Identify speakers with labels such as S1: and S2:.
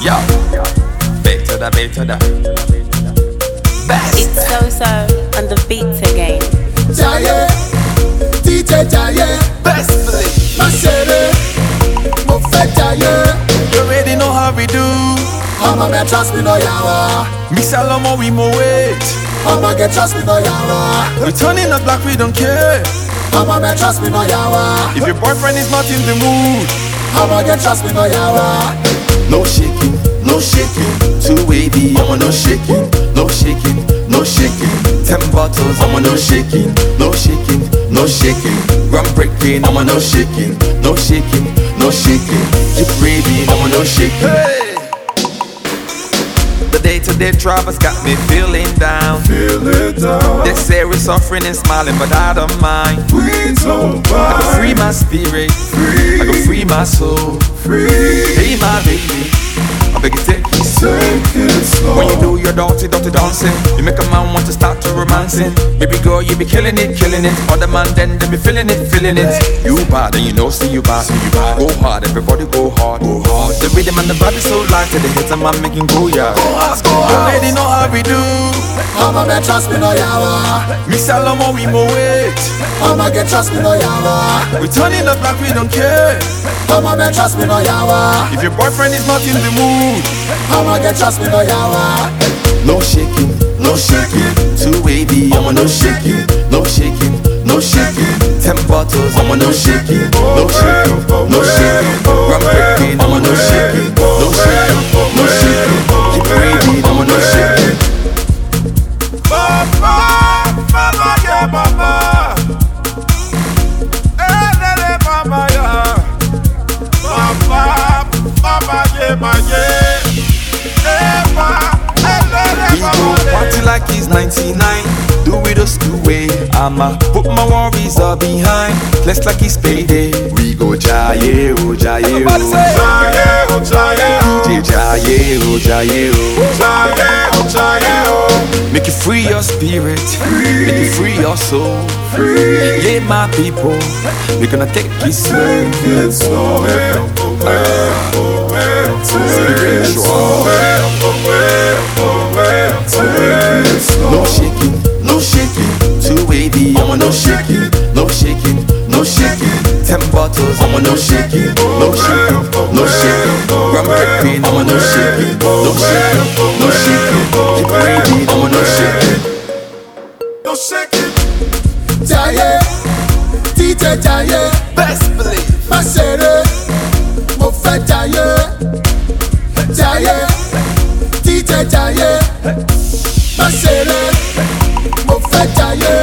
S1: Yo, back to the, back to the. Best.
S2: It's so so on the beats again.
S3: Jaye, DJ Jaye,
S1: Best believe.
S3: má ṣeré, mo fẹ́ Jaye,
S1: You already know how we do.
S3: ọmọ mi trust me lọ yàrá,
S1: Mix a lot more, we more weight.
S3: ọmọ gẹ trust me lọ yàrá,
S1: We turning up black, we don't care.
S3: ọmọ mi trust me lọ yàrá,
S1: If your boyfriend is not in the mood,
S3: ọmọ gẹ trust me lọ yàrá.
S4: No shaking, no shaking. Two wavy, I'ma no shaking, no shaking, no shaking. Ten bottles, I'ma no shaking, no shaking, no shaking. Ground breaking, I'ma no shaking, no shaking, no shaking. Keep raving, I'ma no shaking.
S1: hey. The day-to-day troubles got me feeling down.
S4: Feel it down,
S1: They say we're suffering and smiling, but I don't mind.
S4: please don't
S1: I go free my spirit, I go free my soul.
S4: free.
S1: Hey, my baby, I beg you take it slow.
S4: Take it slow.
S1: When you do your dirty, dirty dancing, you make a man want to start to romancing. Baby girl, you be killing it, killing it. Other man, then they be feeling it, feeling it. You bad and you know, see you bad. you bad. Go hard, everybody go hard. Go hard. The rhythm and the vibe is so light, that the hits a man making go yard. Go hard, go hard. You already know how we do.
S3: I'ma get trust me no yawa.
S1: Mix a lot more, we more weight.
S3: I'ma get trust me no yawa.
S1: We turning up like we don't care.
S3: I'ma get trust me no yawa.
S1: If your boyfriend is not in the mood,
S3: I'ma get trust me no yawa.
S4: No shaking, no shaking. Too wavy, I'ma no shaking, no shaking, no shaking. Ten bottles, I'ma no shaking, no shaking, no shaking. Rum breaking, I'ma no shaking, no shaking, no shaking. Keep wavy, I'ma no shaking.
S1: we go party like it's 99. Do it us the way. I'ma put my worries all behind. Flex like it's payday.
S4: We go jaye, oh jaye,
S1: Everybody
S4: oh.
S1: say,
S4: DJ jaye, oh jaye, oh.
S1: make you free your spirit, make you free your soul. Yeah, my people, we gonna take it slow. Spiritual.
S4: No shaking, no shaking. Too wavy, I'ma no shaking, no shaking, no shaking. Ten bottles, I'ma no shaking, no shaking, no shaking. Rum breaking, I'ma no shaking, no shaking, no shaking. Keep wavy, I'ma no shaking.
S3: Jaye, DJ Jaye,
S1: Best believe.
S3: má ṣeré, mo fẹ́ Jaye. Jaye, DJ Jaye, má ṣeré, mo fẹ́ Jaye.